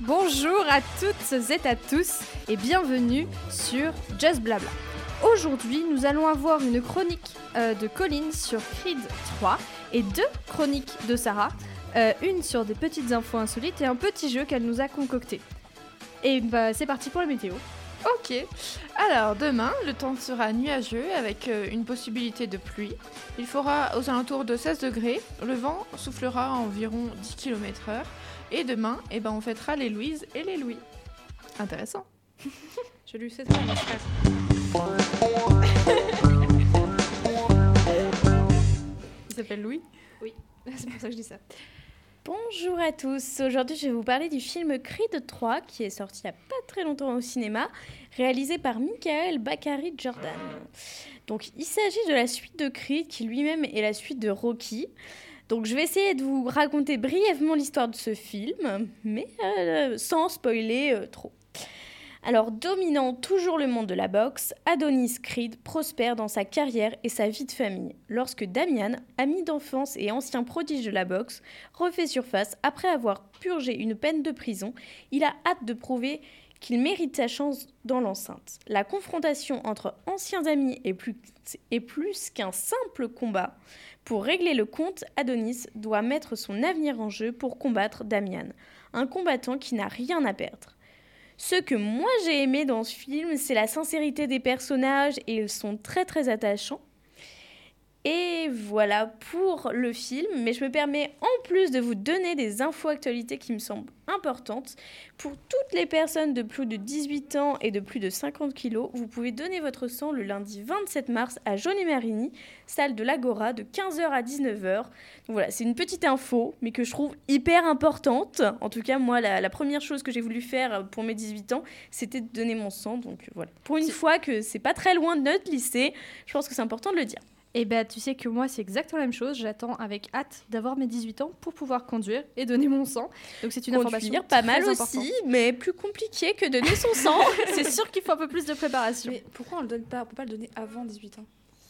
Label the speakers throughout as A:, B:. A: Bonjour à toutes et à tous et bienvenue sur Just Blabla. Aujourd'hui, nous allons avoir une chronique euh, de Colline sur Creed 3 et deux chroniques de Sarah, euh, une sur des petites infos insolites et un petit jeu qu'elle nous a concocté. Et bah, c'est parti pour la météo.
B: Ok. Alors demain, le temps sera nuageux avec euh, une possibilité de pluie. Il fera aux alentours de 16 degrés. Le vent soufflera à environ 10 km/h. Et demain, eh ben, on fêtera les Louises et les Louis. Intéressant.
A: Je lui fais ça, mon frère.
B: Il s'appelle Louis.
A: C'est pour ça que je dis ça.
C: Bonjour à tous, aujourd'hui je vais vous parler du film Creed 3 qui est sorti il n'y a pas très longtemps au cinéma, réalisé par Michael Bakary Jordan. Donc il s'agit de la suite de Creed qui lui-même est la suite de Rocky. Donc je vais essayer de vous raconter brièvement l'histoire de ce film, mais euh, sans spoiler euh, trop. Alors dominant toujours le monde de la boxe, Adonis Creed prospère dans sa carrière et sa vie de famille, lorsque Damian, ami d'enfance et ancien prodige de la boxe, refait surface après avoir purgé une peine de prison. Il a hâte de prouver qu'il mérite sa chance dans l'enceinte. La confrontation entre anciens amis est plus, est plus qu'un simple combat. Pour régler le compte, Adonis doit mettre son avenir en jeu pour combattre Damian, un combattant qui n'a rien à perdre. Ce que moi j'ai aimé dans ce film, c'est la sincérité des personnages et ils sont très très attachants. Et voilà pour le film, mais je me permets en plus de vous donner des infos actualités qui me semblent importantes. Pour toutes les personnes de plus de 18 ans et de plus de 50 kilos, vous pouvez donner votre sang le lundi 27 mars à Johnny Marini, salle de l'Agora, de 15h à 19h. Donc voilà, c'est une petite info, mais que je trouve hyper importante. En tout cas, moi, la, la première chose que j'ai voulu faire pour mes 18 ans, c'était de donner mon sang. Donc voilà, pour une fois que c'est pas très loin de notre lycée, je pense que c'est important de le dire.
A: Et bah, tu sais que moi, c'est exactement la même chose. J'attends avec hâte d'avoir mes 18 ans pour pouvoir conduire et donner mon sang. Donc, c'est une information
C: conduire pas
A: très
C: mal
A: importante.
C: aussi, mais plus compliqué que donner son sang. Euh,
A: C'est sûr qu'il faut un peu plus de préparation.
D: Mais pourquoi on le donne pas On peut pas le donner avant 18 ans.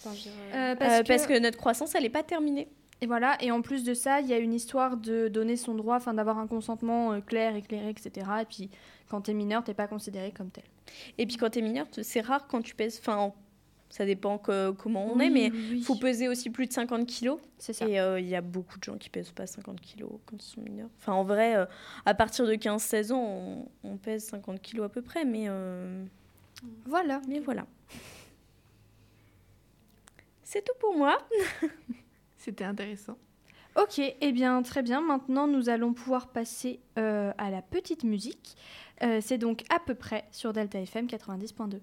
D: Enfin, je veux dire, euh,
A: Euh,
C: Euh, parce que notre croissance, elle n'est pas terminée.
A: Et voilà, et en plus de ça, il y a une histoire de donner son droit, enfin d'avoir un consentement euh, clair, éclairé, etc. Et puis, quand t'es mineur, t'es pas considéré comme tel.
C: Et puis quand t'es mineur, t- c'est rare quand tu pèses. Enfin, ça dépend que- comment on est, mais il faut peser aussi plus de 50 kilos.
A: C'est ça.
C: Et euh, il y a beaucoup de gens qui pèsent pas 50 kilos quand ils sont mineurs. Enfin, en vrai, euh, à partir de 15-16 ans, on, on pèse 50 kilos à peu près, mais, euh,
A: Voilà.
C: mais voilà. C'est tout pour moi.
B: C'était intéressant.
A: Ok, eh bien très bien. Maintenant, nous allons pouvoir passer euh, à la petite musique. Euh, c'est donc à peu près sur Delta FM 90.2.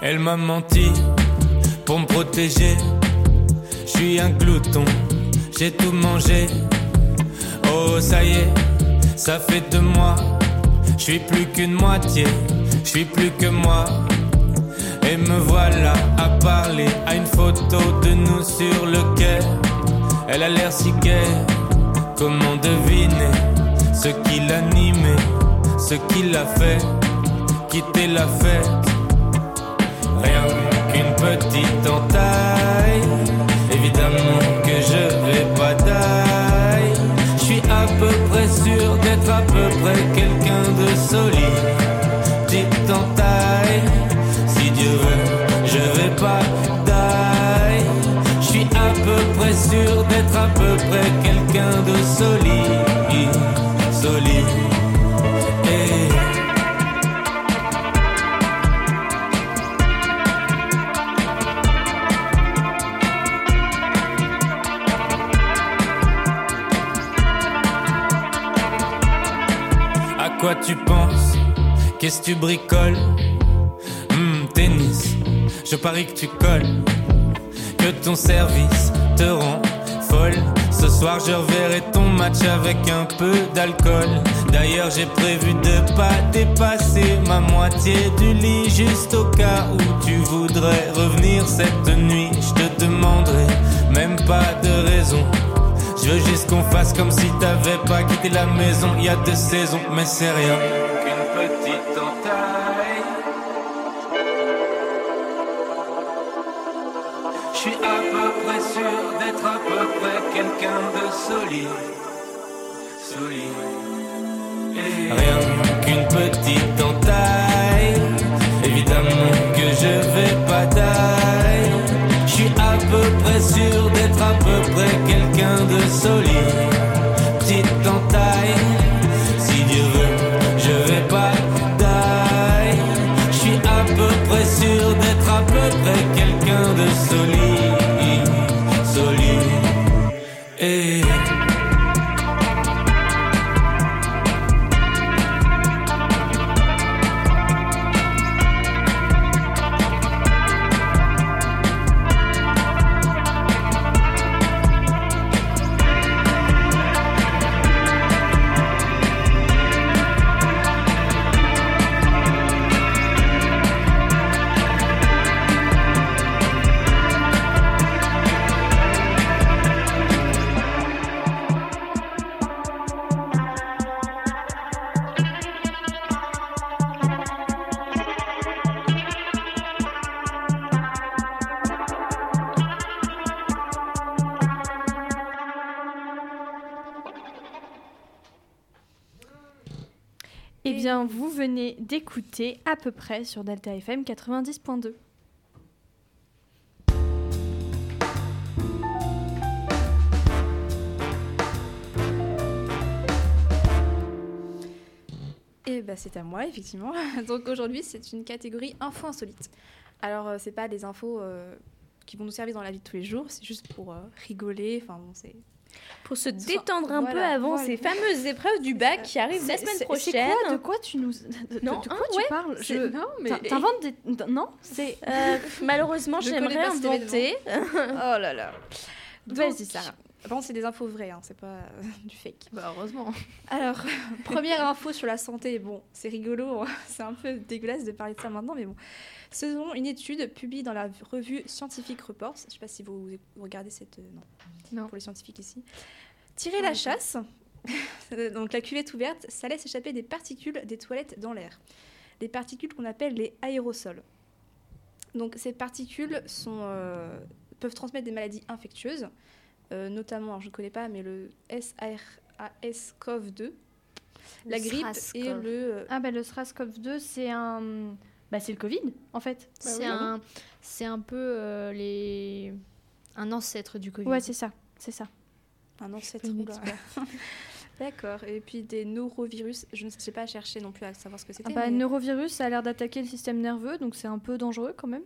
E: Elle m'a menti pour me protéger. Je suis un glouton, j'ai tout mangé. Oh, ça y est, ça fait de moi. Je suis plus qu'une moitié, je suis plus que moi. Et me voilà à parler à une photo de nous sur le quai. Elle a l'air si gaie, comment deviner ce qui l'animait, ce qui l'a fait quitter la fête. Rien qu'une petite entaille. Évidemment que je vais pas d'aille. Je suis à peu près sûr d'être à peu près quelqu'un de solide. Petite entaille. Si Dieu veut, je vais pas d'aille. Je suis à peu près sûr d'être à peu près quelqu'un de solide. Solide. Eh. À quoi tu penses Qu'est-ce que tu bricoles Hum, tennis, je parie que tu colles. Que ton service te rend folle. Ce soir, je reverrai ton match avec un peu d'alcool. D'ailleurs, j'ai prévu de pas dépasser ma moitié du lit, juste au cas où tu voudrais revenir cette nuit. Je te demanderai même pas de raison. Je veux juste qu'on fasse comme si t'avais pas quitté la maison il y a deux saisons, mais c'est rien. Qu'une petite à peu près sûr d'être à peu près quelqu'un de solide. Solide. Et Rien qu'une petite entaille. Évidemment que je vais pas taille. Je suis à peu près sûr d'être à peu près quelqu'un de solide. Petite entaille. Si Dieu veut, je vais pas taille. Je suis à peu près sûr d'être à peu près quelqu'un de solide. Solide. Et...
A: Eh bien, vous venez d'écouter à peu près sur Delta FM 90.2.
D: Et bah c'est à moi effectivement. Donc aujourd'hui c'est une catégorie info insolite. Alors euh, c'est pas des infos euh, qui vont nous servir dans la vie de tous les jours, c'est juste pour euh, rigoler. Enfin bon c'est.
C: Pour se
D: Soit-
C: détendre un peu
D: voilà,
C: avant
D: voilà.
C: ces fameuses épreuves du bac qui arrivent la semaine prochaine.
A: quoi, de quoi tu nous. De,
C: Non,
A: de quoi
C: hein,
A: tu
C: ouais,
A: parles
B: C'est-
A: Je-
B: Non, mais.
A: t'in- T'inventes des. Non C'est.
C: Euh, malheureusement,
D: Je connais
C: j'aimerais
D: pas cet
C: inventer.
D: Oh là là.
A: Vas-y, Sarah.
D: Par contre c'est des infos vraies, hein, c'est pas euh, du fake.
B: Bah, heureusement.
D: Alors, première info sur la santé. Bon, c'est rigolo, hein, c'est un peu dégueulasse de parler de ça maintenant, mais bon. Selon une étude publiée dans la revue Scientific Reports, je ne sais pas si vous vous regardez cette. euh, non.
B: Non.
D: Pour les scientifiques ici. Tirer la chasse, donc la cuvette ouverte, ça laisse échapper des particules des toilettes dans l'air. Des particules qu'on appelle les aérosols. Donc, ces particules sont, euh, peuvent transmettre des maladies infectieuses, euh, notamment, alors, je ne connais pas, mais le SARS-CoV-2, la grippe et le. euh,
A: Ah, ben le SRAS-CoV-2, c'est un. Bah, c'est le Covid, en fait.
F: C'est
D: oui.
F: un, c'est un peu euh, les, un ancêtre du Covid.
A: Ouais, c'est ça. C'est ça.
D: Un ancêtre.
F: Une
D: oula. D'accord. Et puis des neurovirus, je ne sais pas chercher non plus à savoir ce que c'était.
A: Ah bah,
D: mais-
A: neurovirus, ça a l'air d'attaquer le système nerveux, donc c'est un peu dangereux quand même.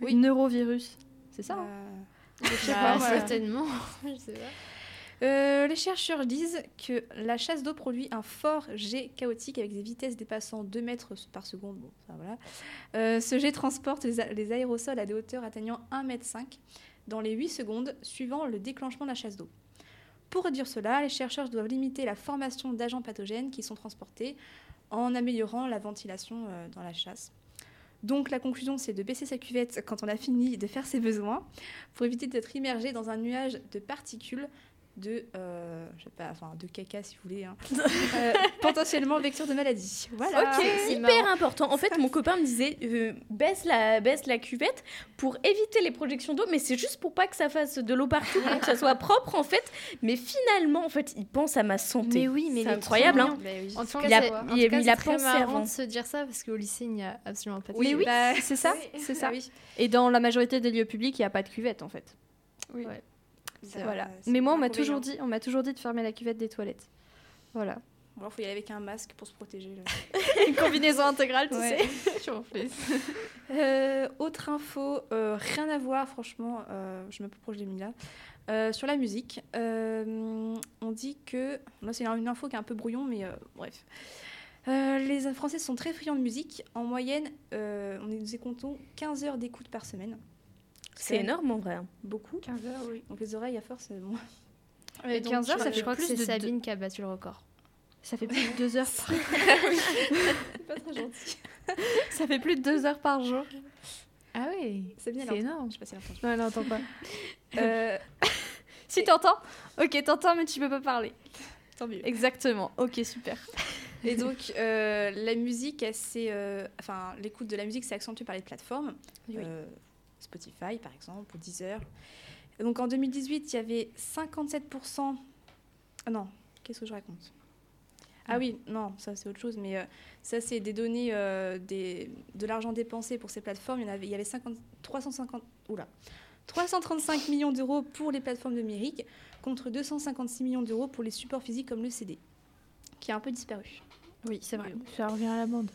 D: Oui.
A: Neurovirus, c'est ça. hein Ah,
D: Euh,
F: Bah,
D: pas, moi.
F: certainement. Je sais pas.
D: euh, les chercheurs disent que la chasse d'eau produit un fort jet chaotique avec des vitesses dépassant 2 mètres par seconde. Bon, ça, voilà. Euh, ce jet transporte les, a- les aérosols à des hauteurs atteignant 1,5 m dans les 8 secondes suivant le déclenchement de la chasse d'eau. Pour réduire cela, les chercheurs doivent limiter la formation d'agents pathogènes qui sont transportés en améliorant la ventilation euh, dans la chasse. Donc la conclusion, c'est de baisser sa cuvette quand on a fini de faire ses besoins pour éviter d'être immergé dans un nuage de particules de, euh, je sais pas, enfin de caca si vous voulez, hein. Euh, potentiellement vecteur de maladie. Voilà.
C: Ok,
F: c'est
C: hyper important. En fait, mon copain me disait euh, baisse, la, baisse la cuvette pour éviter les projections d'eau, mais c'est juste pour pas que ça fasse de l'eau partout, pour que ça soit propre en fait. Mais finalement, en fait, il pense à ma santé.
F: Euh, Mais oui, mais les
C: c'est
F: Bah
C: incroyable.
F: trucs,
C: Hein.
F: En tout
C: Il
F: cas,
C: a-
F: c'est-
C: il
F: en
C: a
F: tout cas,
C: mis la
F: c'est très
C: pensée
F: marrant
C: avant.
F: de se dire ça parce qu'au lycée, il n'y a absolument pas de
D: Oui,
F: cuvette.
D: bah,
A: C'est ça, c'est ça.
D: oui.
A: Et dans la majorité des lieux publics, il n'y a pas de cuvette en fait.
F: Bah,
D: Ça,
A: voilà.
D: euh, c'est
A: Mais moi, on m'a
D: inconvénient.
A: toujours dit, on m'a toujours dit de fermer la cuvette des toilettes. Voilà.
D: Ou alors faut y aller avec un masque pour se protéger. là.
A: Une combinaison intégrale, tu
D: Ouais.
A: sais.
B: Tu en fais.
D: Euh, autre info, euh, rien à voir, franchement, euh, je me proche des mis là. Euh, sur la musique, euh, on dit que. Moi, c'est une info qui est un peu brouillon, mais euh, bref. Euh, les Français sont très friands de musique. En moyenne, euh, on est- nous y comptons 15 heures d'écoute par semaine.
C: C'est
D: quand même
C: énorme en vrai. hein.
D: Beaucoup.
B: 15 heures, oui.
D: Donc les oreilles à force, euh, bon.
A: Et
D: donc,
A: 15 heures,
D: euh,
A: ça
F: Je
A: fait
F: crois que
A: plus
F: c'est
A: de
F: Sabine qui a battu le record.
A: Ça fait plus de deux heures. par-
D: C'est pas très gentil.
A: ça fait plus de deux heures par jour.
B: Ah oui.
D: C'est bien
B: C'est énorme.
D: Je sais pas si elle entend.
A: Non, elle n'entend pas.
D: Euh,
A: Si t'entends, ok, t'entends, mais tu peux pas parler.
D: tant mieux.
A: Exactement. Ok, super.
D: Et donc, euh, la musique, elle s'est, euh, enfin, l'écoute de la musique, c'est accentué par les plateformes.
F: Oui.
D: Euh, Spotify par exemple, ou Deezer. Donc en 2018, il y avait 57%. Ah Non, qu'est-ce que je raconte ah oui, non, ça c'est autre chose, mais euh, ça c'est des données euh, des, de l'argent dépensé pour ces plateformes. Il y, en avait, il y avait 50 350, oula, 335 millions d'euros pour les plateformes numériques contre 256 millions d'euros pour les supports physiques comme le CD, qui a un peu disparu.
A: Oui, c'est vrai.
B: Ça revient à la bande.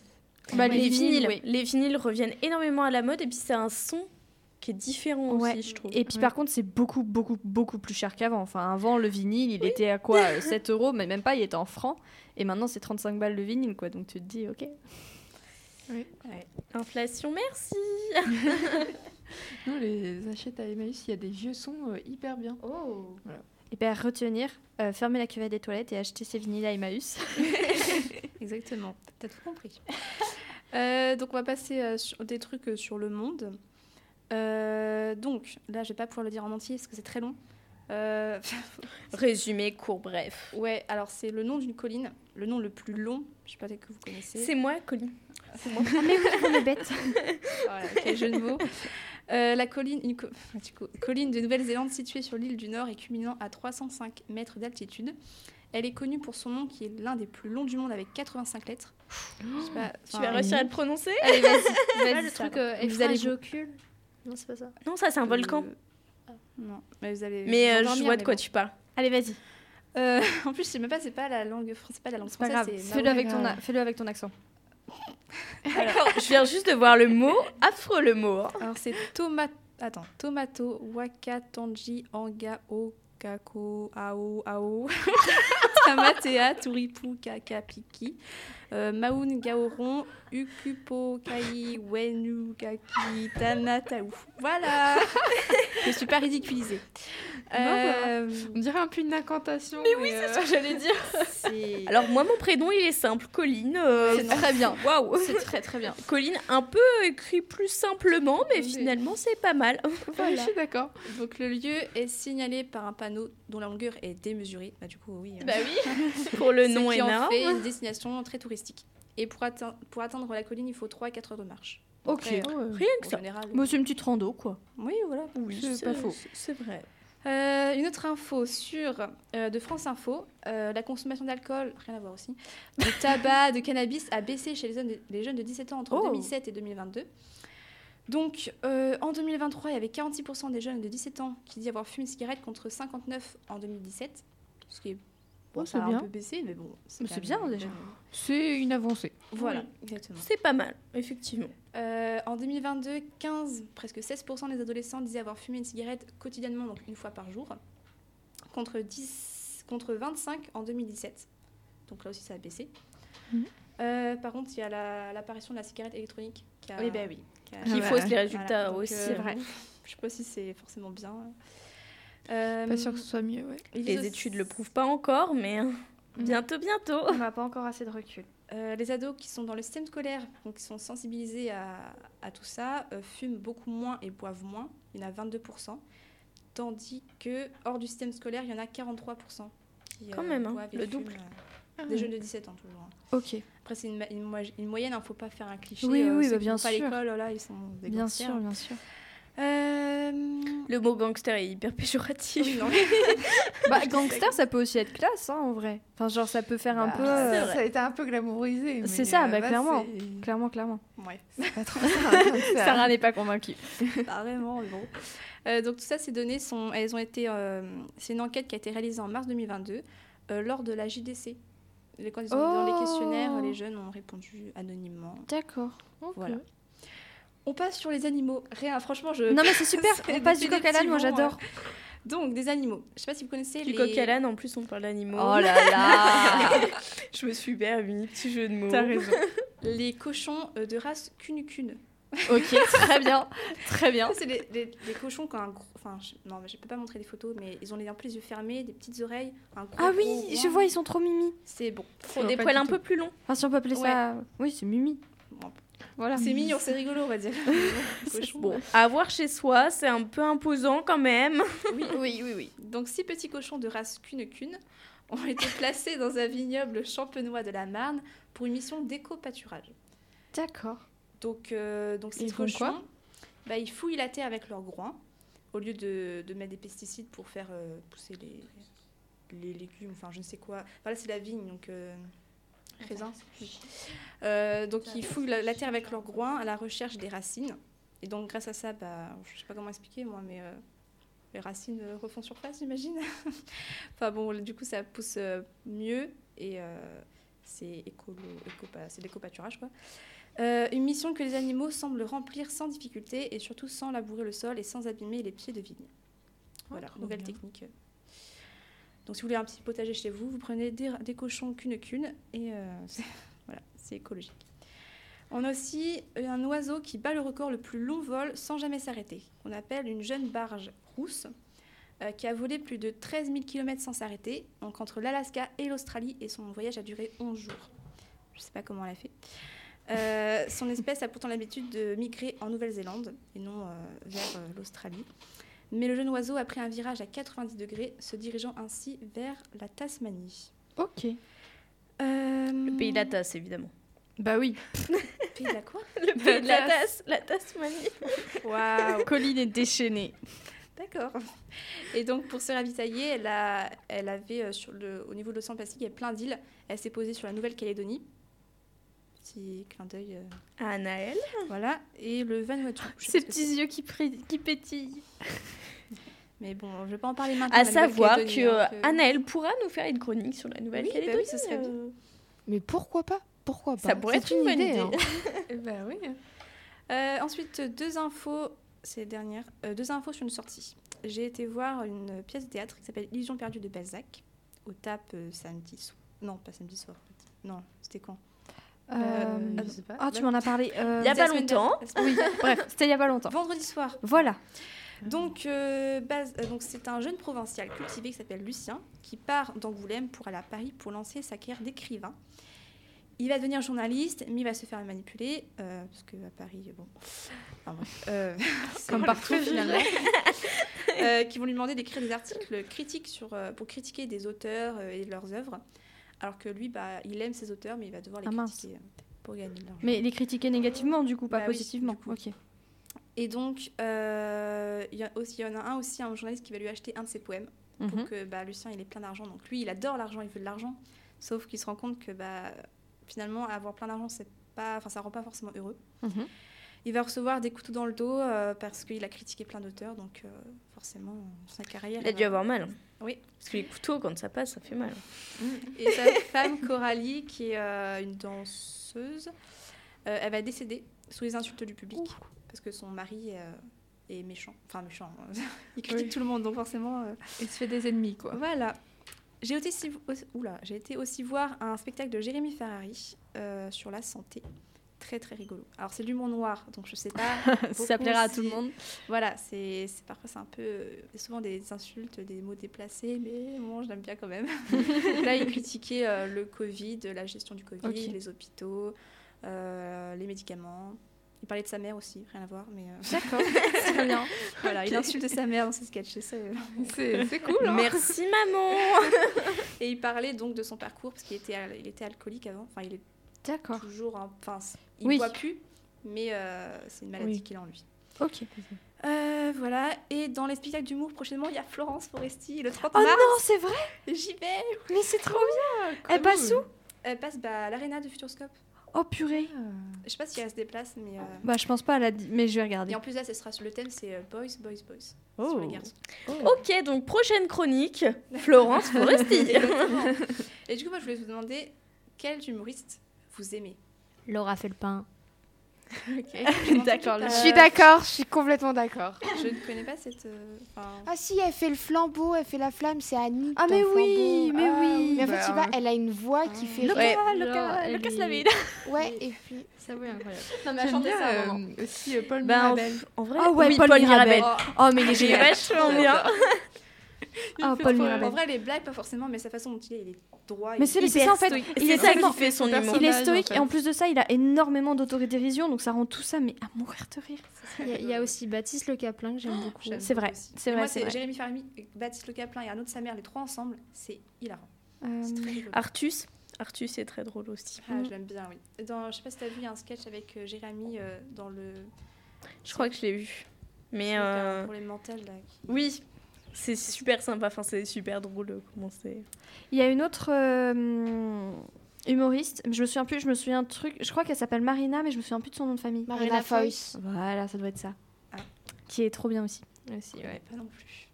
A: Bah,
C: les, vinyles,
A: oui.
C: les vinyles reviennent énormément à la mode et puis c'est un son qui est différent
A: Ouais.
C: aussi, je trouve.
A: Et puis
B: Ouais.
A: par contre, c'est beaucoup, beaucoup, beaucoup plus cher qu'avant. Enfin, avant, le vinyle, il était à quoi euh, 7 euros, mais même pas, il était en francs. Et maintenant, c'est 35 balles le vinyle, quoi. Donc tu te dis, ok.
C: Inflation, merci.
B: Non, les achètes à Emmaüs, il y a des vieux sons euh, hyper bien.
F: Oh
A: Et bien, Eh retenir, euh, fermer la cuvette des toilettes et acheter ses vinyles à Emmaüs.
D: Exactement, t'as tout compris. Euh, donc on va passer euh, sur des trucs euh, sur le monde. Euh, donc là, je vais pas pouvoir le dire en entier parce que c'est très long. Euh,
C: Résumé court, bref.
D: ouais, alors c'est le nom d'une colline, le nom le plus long, je sais pas peut-être que vous connaissez.
C: C'est moi, Colin.
A: Ah, On est bête.
D: Voilà, quel jeu de mots. Euh, la colline, une co- du coup, colline de Nouvelle-Zélande située sur l'île du Nord et culminant à 305 mètres d'altitude. Elle est connue pour son nom qui est l'un des plus longs du monde avec 85 lettres. Je sais pas,
C: Tu
D: enfin,
C: vas réussir à le prononcer
F: Allez, vas-y.
D: Ah,
F: Vas-y,
D: le
F: le
D: truc,
F: truc euh,
D: vous allez-
F: Géocule. Non, c'est pas ça.
C: Non, ça, c'est un volcan.
D: euh, non, mais vous allez.
C: Mais
D: vous
C: euh, je
D: endormir,
C: vois de
D: mais
C: quoi
D: bon.
C: tu parles.
A: Allez, vas-y.
D: Euh, en plus, je sais même pas, c'est pas la langue française, c'est pas la langue
A: C'est pas grave.
D: française. c'est
A: Fais-le avec, ton a- fais-le avec ton accent.
C: D'accord, je viens juste de voir le mot. Affreux le mot. hein.
D: Alors c'est tomato, attends, tomato, waka, tanji, anga, o, kako, ao, ao, tamatea, turipu, kaka, piki, euh, maun, gaoron, ukupo, kai, wenu, kaki, tanataou. Voilà Je suis pas ridiculisée. Euh,
B: On dirait un peu une incantation. Mais euh, oui, c'est
C: J'allais dire.
D: bah, c'est-
C: Alors, moi, mon prénom, il est simple. Colline.
A: C'est
C: euh,
A: très bien.
C: Waouh.
A: C'est très, très bien.
C: Colline, un peu écrit plus simplement, mais
B: Mais-
C: finalement, c'est pas mal.
B: Je suis d'accord.
D: donc le lieu est signalé par un panneau dont la longueur est démesurée. Bah du coup oui. hein.
C: Bah oui. Pour le
D: Ce
C: nom
D: qui en
C: énorme.
D: fait une destination très touristique. Et pour, atteindre- pour atteindre la colline, il faut 3 à 4 heures de marche.
A: Ok.
D: Après,
F: Oh,
B: euh,
C: Rien que
D: en
C: ça.
D: général, euh,
A: Moi, c'est une petite rando, quoi.
D: oui, voilà.
C: Oui,
B: c'est pas faux.
C: c'est- C'est vrai.
D: Euh, une autre info sur euh, de France Info, euh, la consommation d'alcool, rien à voir aussi, de tabac, de cannabis a baissé chez les jeunes de, les jeunes de 17 ans entre
A: Oh.
D: 2007 et 2022. Donc euh, en 2023, il y avait 46% des jeunes de 17 ans qui disent avoir fumé une cigarette contre 59 en 2017, ce qui est bon,
B: Oh,
D: ça
B: c'est
D: a un
B: bien.
D: peu baissé, mais bon,
A: Mais
D: quand
A: c'est
D: même-
A: bien, déjà.
B: C'est une avancée.
D: Voilà,
C: Oui.
D: exactement.
C: C'est pas mal, effectivement.
D: Euh, en 2022, 15, presque 16% des adolescents disaient avoir fumé une cigarette quotidiennement, donc une fois par jour, contre, 10, contre 25 en 2017. Donc là aussi, ça a baissé.
B: Mhm.
D: Euh, par contre, il y a la- l'apparition de la cigarette électronique qui a...
C: Oui, bah oui.
D: qui a-
B: Ah,
C: Qui
B: voilà.
C: fausse les résultats
D: Voilà, donc,
C: aussi.
D: euh, Je sais pas si c'est forcément bien. Euh,
B: Pas sûr que ce soit mieux, ouais.
D: ils
C: Les
D: aussi-
C: études le prouvent pas encore, mais hein, bientôt, bientôt.
F: On n'a pas encore assez de recul.
D: Euh, les ados qui sont dans le système scolaire, donc qui sont sensibilisés à, à tout ça, euh, fument beaucoup moins et boivent moins. Il y en a 22%. Tandis que hors du système scolaire, il y en a 43%. qui, euh,
C: Quand même, hein,
D: boivent et
C: le
D: fument,
C: double.
D: euh,
A: Ah
D: des jeunes de 17 ans, toujours. hein.
A: Ok.
D: Après, c'est une, ma- une mo- une moyenne, il ne faut pas faire un cliché. euh,
A: Oui, oui,
D: ceux
A: bah,
D: qui
A: bien
D: vont pas à
A: sûr.
D: l'école, oh là, ils sont des
A: Bien
D: gangsters.
A: sûr, bien sûr.
D: Euh,
C: Le mot gangster est hyper péjoratif.
D: oui, non.
A: Bah, gangster, ça peut aussi être classe, hein, en vrai. Enfin, genre, ça peut faire un
B: Bah,
A: peu.
C: c'est
A: euh,
C: vrai.
B: Ça a été un peu glamourisé. mais
A: C'est ça,
B: à la
A: bah,
B: base,
A: clairement.
B: c'est-
A: Clairement, clairement.
D: Ouais.
B: c'est pas trop ça.
A: Sarah n'est pas convaincue.
D: Pas vraiment, mais bon. Euh, donc tout ça, ces données sont, elles ont été, euh, c'est une enquête qui a été réalisée en mars 2022 euh, lors de la JDC. Les- Quand ils ont- Dans les
A: Oh.
D: questionnaires, les jeunes ont répondu anonymement.
A: D'accord.
D: Voilà. On passe sur les animaux. Rien, franchement, je.
A: Non, mais c'est super.
D: Euh, C'est
A: On passe du
D: des
A: coq à l'âne, moi
D: petits mots,
A: j'adore.
D: Donc des animaux. Je sais pas si vous connaissez
C: Du
D: les. Oh
C: coq à l'âne, en plus, on parle d'animaux.
A: là là
C: Je me suis permis, petit jeu de mots.
A: T'as raison.
D: Les cochons euh, de race cunucune.
A: Ok, très bien. Très bien.
D: C'est les, les- les cochons qui ont un gros. Enfin, je... non, mais je peux pas montrer les photos, mais ils ont les, un peu les yeux fermés, des petites oreilles, un gros.
A: Ah
D: gros
A: oui, je
D: groin.
A: vois, ils sont trop mimi.
D: C'est bon.
C: Pour des
B: pas
C: poils
B: du
C: un
B: tout.
C: peu plus longs.
A: Enfin, si on peut appeler ça. Oui, c'est mimi.
D: Bon.
A: Voilà.
D: C'est mignon, c'est rigolo, on va dire. Cochon.
C: Bon, à voir chez soi, c'est un peu imposant quand même.
D: Oui, oui, oui, oui. Donc, six petits cochons de race cune-cune ont été placés dans un vignoble champenois de la Marne pour une mission d'éco-pâturage.
A: D'accord.
D: Donc, euh, donc ces
B: Ils font
D: cochons,
B: quoi
D: bah, ils fouillent la terre avec leurs groins au lieu de, de mettre des pesticides pour faire euh, pousser les, les légumes, enfin je ne sais quoi. Enfin là c'est la vigne, donc euh, raisin. oui. Euh, donc ils fouillent la, la terre avec leurs groins à la recherche des racines. Et donc grâce à ça, bah, je ne sais pas comment expliquer moi, mais euh, les racines euh, refont surface, j'imagine. enfin bon, du coup ça pousse euh, mieux et euh, c'est écolo, écopa- c'est de l'éco-pâturage quoi. Euh, une mission que les animaux semblent remplir sans difficulté et surtout sans labourer le sol et sans abîmer les pieds de vigne. Voilà,
B: Oh, trop
D: nouvelle
B: bien.
D: technique. Donc si vous voulez un petit potager chez vous, vous prenez des, des cochons qu'une qu'une et euh, c'est- voilà, c'est écologique. On a aussi un oiseau qui bat le record le plus long vol sans jamais s'arrêter, qu'on appelle une jeune barge rousse, euh, qui a volé plus de 13 000 km sans s'arrêter, donc entre l'Alaska et l'Australie, et son voyage a duré 11 jours. Je ne sais pas comment elle a fait. Euh, son espèce a pourtant l'habitude de migrer en Nouvelle-Zélande et non euh, vers euh, l'Australie. Mais le jeune oiseau a pris un virage à 90 degrés, se dirigeant ainsi vers la Tasmanie.
B: Ok.
C: Le pays de la tasse, évidemment.
B: Bah oui.
D: Pays de la quoi
C: Le pays de la tasse, la Tasmanie.
D: Waouh
B: Colline est déchaînée.
D: D'accord. Et donc, pour se ravitailler, elle, a, elle avait, euh, sur le, au niveau de l'océan Pacifique, il y a plein d'îles. Elle s'est posée sur la Nouvelle-Calédonie. Petit clin d'œil. euh,
C: Anaël.
D: voilà. Et le Vanuatu. je sais
F: Ces
D: pas ce que
F: petits yeux qui, pri- qui pétillent.
D: c'est. Mais bon, je ne vais pas en parler maintenant.
C: À
D: de la
C: savoir que,
D: Nouvelle-Calédonie, hein, que-
C: Anaël pourra nous faire une chronique sur la
D: Oui, bah
C: Nouvelle-Calédonie.
D: oui, ce serait bien.
C: euh,
F: Mais pourquoi pas Pourquoi pas
C: Ça pourrait être
F: C'est
C: une bonne idée.
F: hein.
B: bah oui.
D: Euh, ensuite, deux infos, c'est les dernières, Euh, deux infos sur une sortie. J'ai été voir une pièce de théâtre qui s'appelle Illusion perdue de Balzac, au TAP euh, samedi soir. Non, pas samedi soir. en fait. Non, c'était quand
F: Euh,
D: attends.
B: sais pas.
F: Ah, tu m'en as parlé. euh,
C: Il y a
D: C'était la
C: pas
D: semaine dernière.
C: longtemps.
D: La semaine-
F: Oui, bref, c'était il y a pas longtemps.
D: Vendredi soir.
F: Voilà.
D: Donc, euh, Baz- euh, donc c'est un jeune provincial cultivé qui s'appelle Lucien, qui part d'Angoulême pour aller à Paris pour lancer sa carrière d'écrivain. Il va devenir journaliste, mais il va se faire manipuler, euh, parce qu'à Paris, bon... enfin bref, euh, c'est-
B: Comme partout finalement.
D: euh, qui vont lui demander d'écrire des articles critiques sur, euh, pour critiquer des auteurs euh, et leurs œuvres. Alors que lui, bah, il aime ses auteurs, mais il va devoir les
F: Ah, mince.
D: critiquer euh, pour gagner de l'argent.
F: Mais les critiquer négativement, du coup, pas
D: Bah oui,
F: positivement.
D: du coup.
F: Ok.
D: Et donc, euh, il y, a aussi- il y en a un aussi, un journaliste qui va lui acheter un de ses poèmes pour
C: Mhm.
D: que bah, Lucien, il ait plein d'argent. Donc lui, il adore l'argent, il veut de l'argent. Sauf qu'il se rend compte que bah, finalement, avoir plein d'argent, c'est pas, enfin, ça rend pas forcément heureux.
F: Mhm.
D: Il va recevoir des couteaux dans le dos euh, parce qu'il a critiqué plein d'auteurs. Donc euh, forcément, sa carrière...
C: Il a
D: elle
C: dû
D: va-
C: avoir mal. hein.
D: Oui.
C: Parce que les couteaux, quand ça passe, ça fait mal.
D: Et sa femme, Coralie, qui est euh, une danseuse, euh, elle va décéder sous les insultes du public parce que son mari euh, est méchant. Enfin, méchant. euh, Il critique
B: Oui. Ah.
D: tout le monde, donc forcément. euh,
B: Il se fait des ennemis quoi.
D: Voilà. J'ai été, aussi, aussi- oula, j'ai été aussi voir un spectacle de Jérémy Ferrari euh, sur la santé. Très très rigolo. Alors c'est l'humour noir, donc je sais pas.
F: Ça
D: beaucoup
F: plaira à
D: si-
F: tout le monde.
D: Voilà, c'est c'est- parfois c'est un peu euh, souvent des insultes, des mots déplacés, mais bon, je l'aime bien quand même. Là, il critiquait euh, le Covid, la gestion du Covid,
F: Ok.
D: les hôpitaux, euh, les médicaments. Il parlait de sa mère aussi, rien à voir, mais euh,
F: D'accord. Très bien.
D: voilà, il insulte sa mère dans ses sketchs. ça, euh.
B: C'est c'est cool. Hein
C: Merci, maman.
D: Et il parlait donc de son parcours parce qu'il était, al- il était alcoolique avant. Enfin, il est
F: D'accord.
D: toujours, un- enfin, c- il
F: Oh. Oui.
D: boit plus, mais euh, c'est une maladie
F: Oui.
D: qu'il a en lui.
F: Ok.
D: Euh, voilà. Et dans les spectacles d'humour prochainement, il y a Florence Foresti le 30
F: Oh
D: mars.
F: non, c'est vrai
D: J'y vais.
F: Mais c'est trop bien Elle passe où
D: Elle passe bah, à l'aréna de Futuroscope.
F: Oh purée
D: Je sais pas si elle se déplace, mais. euh,
F: Bah je pense pas, à la... mais je vais regarder.
D: Et en plus, là, ce sera sur le thème c'est euh, Boys, Boys, Boys.
F: Oh.
D: Sur les garçons.
C: Ok, donc prochaine chronique, Florence Foresti.
D: Exactement. Et du coup, moi, je voulais vous demander quel humoriste vous aimez
F: Laura fait le pain.
C: D'accord,
D: Euh,
C: le-
G: Je suis d'accord, je suis complètement d'accord.
D: Je ne connais pas cette. euh, enfin,
G: Ah si, elle fait le flambeau, elle fait la flamme, c'est Annie.
F: Ah
G: dans
F: mais
G: le
F: oui,
G: flambeau.
F: mais
B: Ah,
F: oui
G: Mais en fait, je sais pas,
B: Bah,
G: elle a une voix qui fait
C: Ouais.
G: rire.
F: Laura, elle
C: Lucas
F: est-
C: Laville.
G: Ouais, et puis...
F: Ça oui, incroyable.
D: Non, mais elle
B: J'aime
D: chantait
B: bien
D: ça.
B: euh,
D: vraiment.
B: aussi euh, Paul
C: Ben, en,
B: Mirabel.
C: en vrai,
F: Ah ouais,
C: oui,
F: Paul Mirabel.
D: Oh,
F: Oh mais il est
C: Il est
F: génial
C: vachement bien.
F: Ah Paul
D: En
F: Mirabel.
D: vrai, les blagues, pas forcément, mais sa façon dont il est, il est droit.
F: Mais
D: il-
F: c'est mais c'est ça en fait, il
C: C'est
F: est
C: ça
F: tellement...
C: qui fait son
B: Personne-
C: humour.
F: Il est
B: personnage, en
F: stoïque
B: fait.
F: et en plus de ça, il a énormément d'autodérision, donc ça rend tout ça mais à mourir de rire. Il y a- il y, a aussi Baptiste Le Caplin que j'aime
A: Ah,
F: beaucoup.
D: j'aime
F: C'est vrai,
D: beaucoup aussi.
F: c'est
D: Et Moi,
F: vrai, c'est
D: c'est
F: vrai.
D: Jérémy Fermi, Baptiste Le Caplin et un autre sa mère, les trois ensemble, c'est hilarant.
F: Euh, mm.
D: C'est très rigolo.
C: Artus. Artus est très drôle aussi.
D: Ah, je l'aime bien, oui. Dans, je sais pas si t'as vu, il y a un sketch avec euh, Jérémy euh, dans le
C: Je crois que je l'ai vu. Mais euh,
D: Pour les mentales, là.
C: oui, c'est super sympa. Enfin, c'est super drôle euh, comment c'est.
A: Il y a une autre euh, humoriste, je me souviens plus, je me souviens un truc, je crois qu'elle s'appelle Marina, mais je me souviens plus de son nom de famille.
G: Marina Foïs.
A: Voilà, ça doit être ça.
D: Ah.
A: Qui est trop bien aussi.
D: Aussi, ouais, pas non plus.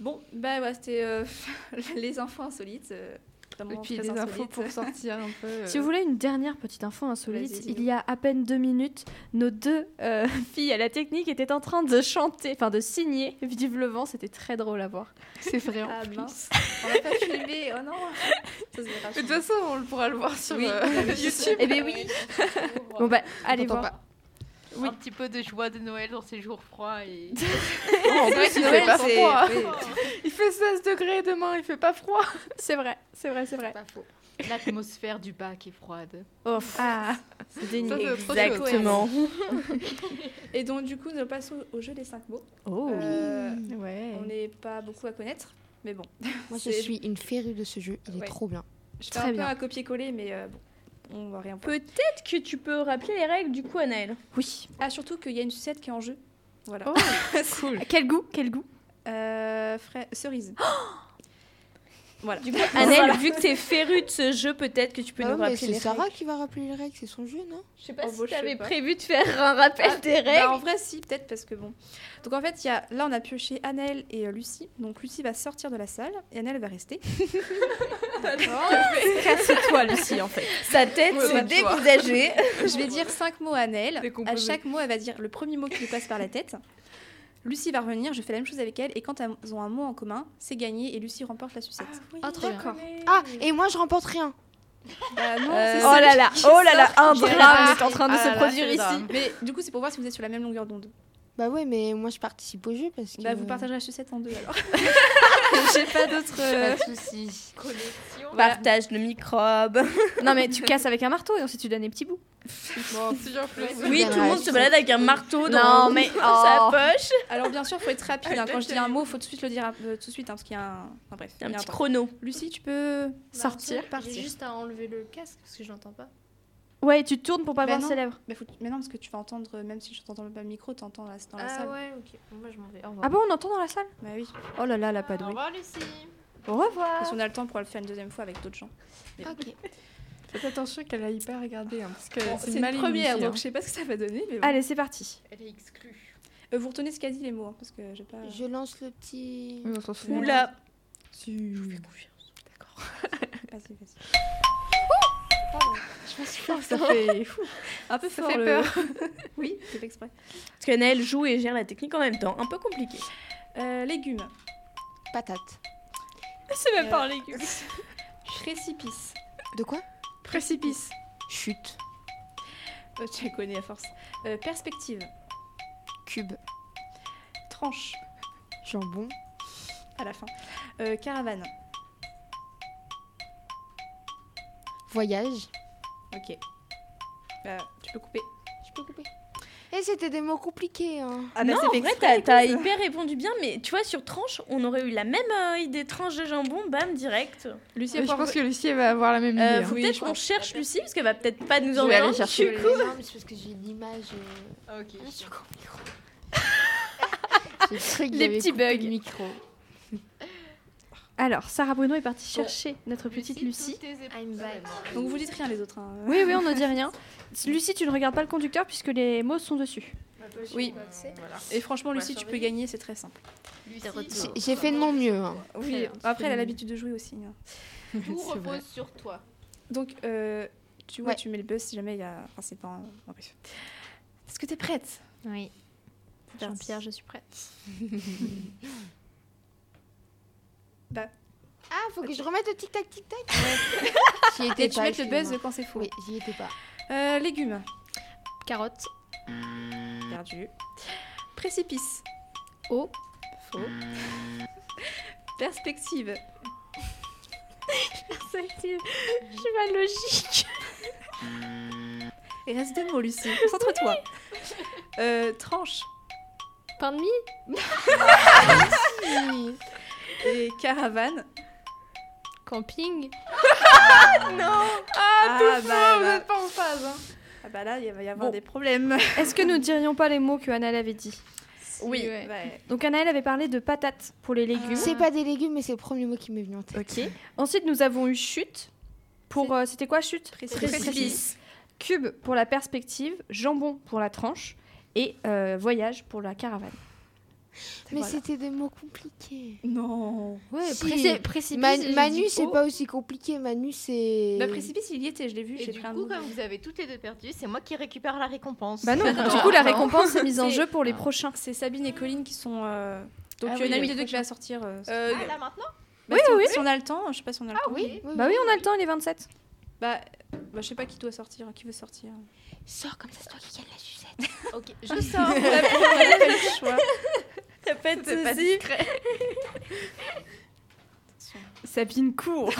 D: Bon, bah, ouais, c'était euh, les infos insolites. euh,
B: Et
D: vraiment
B: puis
D: très
B: des infos
D: insolites.
B: pour sortir un peu. euh,
A: Si vous voulez une dernière petite info insolite,
D: dis-nous.
A: il y a à peine deux minutes, nos deux euh, filles à la technique étaient en train de chanter, enfin de signer Vive le vent, c'était très drôle à voir.
G: C'est vrai.
D: Ah mince, on l'a pas filmé, oh non Ça se verra
B: De toute façon, on le pourra le voir sur
D: Oui.
B: euh, YouTube.
A: Eh ben oui Bon bah, allez
B: T'entends
A: voir.
B: pas.
H: Un petit peu de joie de Noël dans ces jours froids et
B: En plus, il fait pas froid.
D: Oui.
B: Il fait 16 degrés demain, il fait pas froid.
A: C'est vrai, c'est vrai, c'est vrai.
G: Pas faux.
H: l'atmosphère du bac est froide.
A: Oh, ah, c'est
B: Ça,
A: dénigré.
B: c'est autre chose.
D: Et donc du coup, nous passons au jeu des 5 mots.
A: Oh.
D: Euh,
B: Ouais.
D: on n'est pas beaucoup à connaître, mais bon.
G: Moi, je
D: C'est-
G: suis une férue de ce jeu. Il est
D: Ouais.
G: trop bien.
D: Je fais
A: Très
D: un peu
A: bien.
D: un copier-coller, mais euh, bon, on va rien voir.
C: Peut-être que tu peux rappeler les règles du coup, Anaël.
A: Oui.
D: Ah, surtout qu'il y a une sucette qui est en jeu. Voilà.
A: Oh, cool. Quel goût, quel goût.
D: Euh, fra- cerise. voilà. Du
C: Anaël, vu que t'es féru de ce jeu, peut-être que tu peux
G: Ah
C: nous
G: ouais, mais
C: rappeler
G: c'est
C: les
G: Sarah
C: règles.
G: qui va rappeler les règles, c'est son jeu, non
C: Je sais pas
D: Oh,
C: si
D: bon, je sais
C: t'avais
D: pas.
C: prévu de faire un rappel
D: Ah,
C: des
D: Bah,
C: règles.
D: en vrai, si, peut-être parce que bon. Donc en fait, il y a... là, on a pioché Annelle et euh, Lucie. Donc Lucie va sortir de la salle et Annelle va rester.
A: Toi, Lucie, en fait.
C: Sa tête
B: Ouais,
C: s'est
B: bah, tu vois.
C: dévisagée.
D: Je vais dire cinq mots à Annelle. À
B: Décomposé.
D: chaque mot, elle va dire le premier mot qui lui passe par la tête. Lucie va revenir, je fais la même chose avec elle. Et quand elles ont un mot en commun, c'est gagné et Lucie remporte la sucette.
A: Ah, trop bien.
G: Ah, et moi, je remporte rien.
D: Ah non,
C: Euh,
D: c'est
A: Oh
D: ça.
A: là là, oh là là, un
B: Bien.
A: drame est en train de
B: Ah
A: se
B: là là,
A: produire
B: c'est
A: ici.
B: drame.
D: Mais du coup, c'est pour voir si vous êtes sur la même longueur d'onde.
G: Bah ouais, mais moi, je participe au jeu parce que.
D: Bah, vous partagerez la sucette en deux alors. J'ai pas d'autres. euh,
H: Pas de soucis. Collection.
C: Partage le microbe.
A: Non mais tu casses avec un marteau et ensuite tu donnes des petits bouts.
C: Oui, tout le monde se balade avec un marteau dans
A: Non, mais-
C: sa
A: oh.
C: poche.
D: Alors bien sûr, faut être rapide. hein. Quand je dis un mot, faut tout de suite le dire euh, tout de suite, hein, parce qu'il y a un. Enfin, bref.
C: Un
D: il y a
C: petit
D: temps.
C: chrono.
D: Lucie, tu peux
A: Sortir.
H: J'ai
D: partir.
H: juste à enlever le casque parce que je l'entends pas.
A: Ouais, tu tournes pour pas
D: Bah
A: voir
D: non.
A: ses lèvres.
D: Mais, faut- mais non, parce que tu vas entendre, euh, même si je t'entends pas le micro, t'entends là- dans la
H: ah
D: salle.
H: ouais, ok. Bon, Moi je m'en vais. Au revoir.
A: Ah bon, on entend dans la salle
D: Bah oui.
A: Oh là là, la pas
H: Au
A: douée.
H: revoir Lucie.
A: Au revoir.
D: Et si on a le temps, on pourra le faire une deuxième fois avec d'autres gens.
H: Ok.
B: Faites attention qu'elle a hyper regardé, hein, parce que
D: Bon,
B: c'est mal initié, hein.
D: je sais pas ce que ça va donner. Mais bon.
A: Allez, c'est parti.
H: Elle est exclue.
D: Euh, vous retenez ce qu'a dit les mots, hein, parce que j'ai pas.
G: Je lance le petit.
B: Oui, on s'en fout.
C: Oula.
D: Vas-y, vas-y.
B: Ça fait fou.
D: Un peu
B: Ça
D: fort,
B: fait
D: le-
B: peur.
D: oui, c'est fait exprès.
C: Parce qu'Anaël joue et gère la technique en même temps. Un peu compliqué.
D: Euh, légumes.
G: Patate.
C: C'est
D: même pas un
C: légume.
D: Précipice.
G: De quoi
D: Précipice.
G: Chute.
D: Euh, tu la connais à force. Euh, perspective.
G: Cube.
D: Tranche.
G: Jambon.
D: À la fin. Euh, caravane.
G: Voyage.
D: Ok. Euh, tu peux couper.
G: Je peux couper. Et Eh, c'était des mots compliqués, hein.
D: Ah
C: non, en vrai, t'as- t'as hyper répondu bien, mais tu vois, sur tranche, on aurait eu la même euh, idée tranche de jambon, bam, direct.
B: Lucie,
D: a
B: je
D: pas
B: pense que Lucie elle va avoir la même idée.
C: Euh,
B: hein.
C: faut peut-être qu'on cherche Lucie, parce qu'elle va peut-être pas nous
B: vais
C: en
B: aller chercher.
C: Du coup,
G: Non, mais c'est parce que j'ai l'image. euh,
H: Ok.
G: sur mon micro. J'ai cru qu'il y
A: Les
G: avait
A: petits
G: coupé
A: bugs.
G: le micro.
A: Alors, Sarah Bruno est partie chercher notre petite Lucie.
H: I'm back.
D: Donc vous dites rien les autres. hein.
A: Oui, oui, on ne dit rien. Lucie, tu ne regardes pas le conducteur puisque les mots sont dessus.
D: Oui. Et franchement, Lucie, tu peux
H: surveiller.
D: gagner, c'est très simple.
G: J'ai- J'ai fait de mon mieux. hein.
H: Oui.
D: Après, elle a l'habitude de jouer aussi. hein.
H: Tout
G: C'est
H: repose
G: vrai.
H: sur toi.
D: Donc, euh, tu vois,
G: Ouais.
D: tu mets le buzz si jamais il y a. Enfin, c'est pas. un- en bref. Est-ce que t'es prête
H: Oui.
D: C'est parti.
H: Jean-Pierre, je suis prête.
G: Ah, faut que je remette le tic-tac, tic-tac. J'y étais
D: Ah, Et tu
G: pas,
D: mets le buzz
G: excusez-moi.
D: quand c'est faux.
G: Oui, j'y étais pas.
D: Euh, légumes.
H: Carotte.
D: Perdu. Précipice. Eau. Faux. Perspective.
C: je suis pas logique.
D: Il reste deux mots, Lucie. Concentre-toi. Euh, tranche.
A: Pain de mie
G: Si.
D: Et caravane.
A: Camping
D: Ah, bah,
B: Ah, vous
D: bah.
B: n'êtes pas en phase. hein.
D: Ah bah là, il va y avoir
A: Bon.
D: des problèmes.
A: Est-ce que nous ne dirions pas les mots que Annal avait dit
C: Oui.
D: Ouais.
A: Donc Annal avait parlé de patates pour les légumes.
G: C'est pas des légumes, mais c'est le premier mot qui m'est venu en tête.
A: Ok. Ensuite, nous avons eu chute pour. euh, C'était quoi chute Précipice. Cube pour la perspective, jambon pour la tranche et euh, voyage pour la caravane.
G: Mais
A: Voilà.
G: c'était des mots compliqués.
D: Non.
G: Ouais,
D: Si.
G: précipice. Man- Manu, c'est
D: oh.
G: pas aussi compliqué. Manu, c'est.
D: Le précipice, il y était, je l'ai vu.
I: Et
D: j'ai
I: du
D: pris un
I: coup,
D: nom.
I: comme vous avez toutes les deux perdu, c'est moi qui récupère la récompense.
A: Bah non, du coup, la récompense est mise en jeu pour les prochains.
D: C'est Sabine et Colline qui sont. euh, Donc,
B: Ah
D: il y en a
B: oui,
D: une
B: oui.
D: des deux qui va sortir. euh,
B: Euh,
I: Ah, là maintenant
D: bah, si, on- Si on a le temps, je sais pas si on a le temps.
G: Oui.
A: Bah oui, on a le temps, il est 27.
D: Bah, bah, je sais pas qui doit sortir, qui veut sortir.
G: Sors comme ça, c'est toi qui gagne la sucette.
I: Ok, je sors.
C: T'as pas de
B: C'est pas
C: soucis.
F: Sabine court.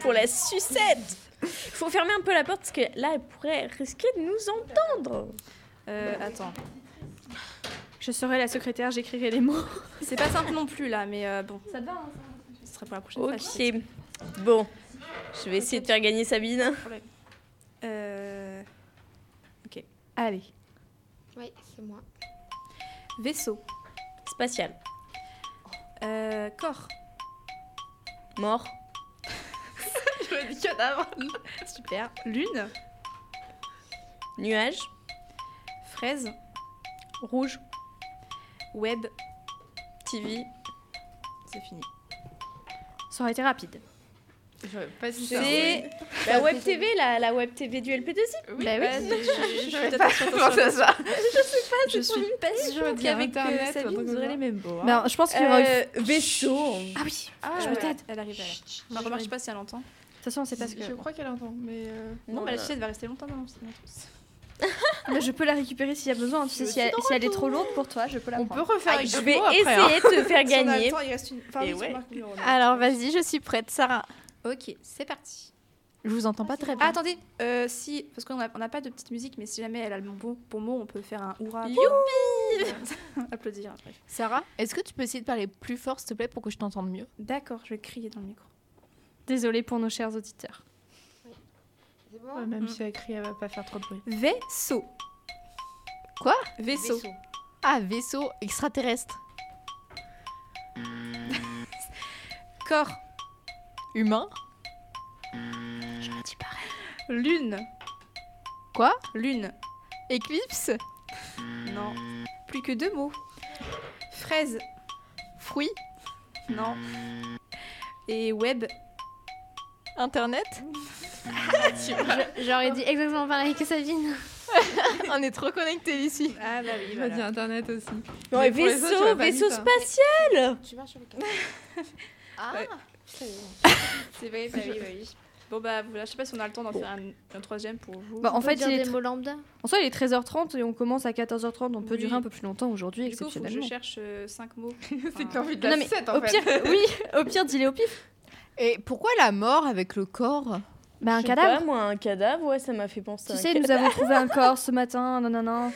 C: pour la sucette. Faut fermer un peu la porte parce que là, elle pourrait risquer de nous entendre.
D: Euh, attends.
F: Je serai la secrétaire, j'écrirai les mots.
D: C'est pas simple non plus là, mais euh, bon. Ça te va, Ce serait pour la prochaine fois.
C: Ok. Bon. Je vais essayer de faire gagner Sabine.
D: Euh,
F: Allez.
G: Ouais, c'est moi.
D: Vaisseau.
C: Spatial.
D: Euh, corps.
C: Mort.
D: Super. Lune.
C: Nuage.
D: Fraise.
C: Rouge.
D: Web.
C: TV.
D: C'est fini.
A: Ça aurait été rapide.
B: J'aurais pas dit ça.
C: C'est la web TV, la, la web TV du
B: Oui,
C: LP2I.
D: Bah oui.
B: bah,
D: Je- je- je- attention,
B: Comment
D: attention.
B: ça se passe
D: Je suis pas sûre qu'avec euh, Sabine, vous aurez les
B: mêmes hein. mots.
A: Ben, je pense qu'il y aura eu-
C: vaisseau.
A: Ah oui,
B: Ah,
A: je
B: ouais.
A: me tais. De
D: Elle arrive à la. Remarque, je sais pas si elle entend.
A: toute façon, on sait pas ce que.
B: Je crois qu'elle entend, mais... euh,
D: Non, bah la sucette va rester longtemps dans mon silence.
A: Ah, mais je peux la récupérer s'il y a besoin. Tu sais, si elle, si elle est trop lourde pour toi, je peux la
B: On peut
A: prendre.
B: refaire
C: Ah,
B: avec
C: je
B: d'autres
C: vais
B: mots après, hein.
C: essayer de te faire gagner.
D: il reste une. Enfin,
B: Et oui, ouais.
G: Alors, vas-y, je suis prête, Sarah.
D: Ok, c'est parti.
G: Je vous entends pas très
D: Ah, attendez, euh, si, parce qu'on n'a on n'a pas de petite musique, mais si jamais elle a le bon, bon mot, on peut faire un hurrah. pour- Applaudir après.
G: Sarah
J: Est-ce que tu peux essayer de parler plus fort, s'il te plaît, pour que je t'entende mieux
D: D'accord, je vais crier dans le micro.
A: Désolée pour nos chers auditeurs.
B: Ouais, Même si elle crie, elle va pas faire trop de bruit.
D: Vaisseau.
J: Quoi
D: Vaisseau.
J: Ah, vaisseau extraterrestre.
D: Corps.
J: Humain
D: Lune.
J: Quoi
D: Lune.
J: Éclipse
D: Non. Plus que deux mots. Fraise.
J: Fruit
D: Non. Et web.
J: Internet
G: J'aurais dit exactement pareil que Sabine.
J: On est trop connectés ici.
D: Ah bah oui,
B: Il m'a dit internet aussi.
C: Non,
B: Mais pour les autres, j'aurais pas
C: vaisseau, vaisseau
B: dit ça.
C: spatial.
G: Tu marches sur le
D: C'est vrai, bah oui, bah oui. Bon bah voilà, je sais pas si on a le temps d'en faire un, un troisième pour vous.
A: Bah, en fait, il est
G: des
A: tr-
G: mots lambda.
A: en soi, il est 13h30 et on commence à 14h30. On peut
D: Oui.
A: durer un peu plus longtemps aujourd'hui,
D: du coup, faut que je
A: exceptionnellement.
D: cherche 5 mots.
B: C'est que t'as envie de
A: Non,
B: la
A: mais
B: sucette, en
A: Au
B: fait.
A: pire, oui, au pire, dis-les au pif.
J: Et pourquoi la mort avec le corps
A: Bah, un
C: Je sais
A: cadavre.
C: pas, moi, un cadavre, ouais, ça m'a fait penser.
A: Tu
C: à un
A: sais,
C: cadavre.
A: nous avons trouvé un corps ce matin. Non, non, non.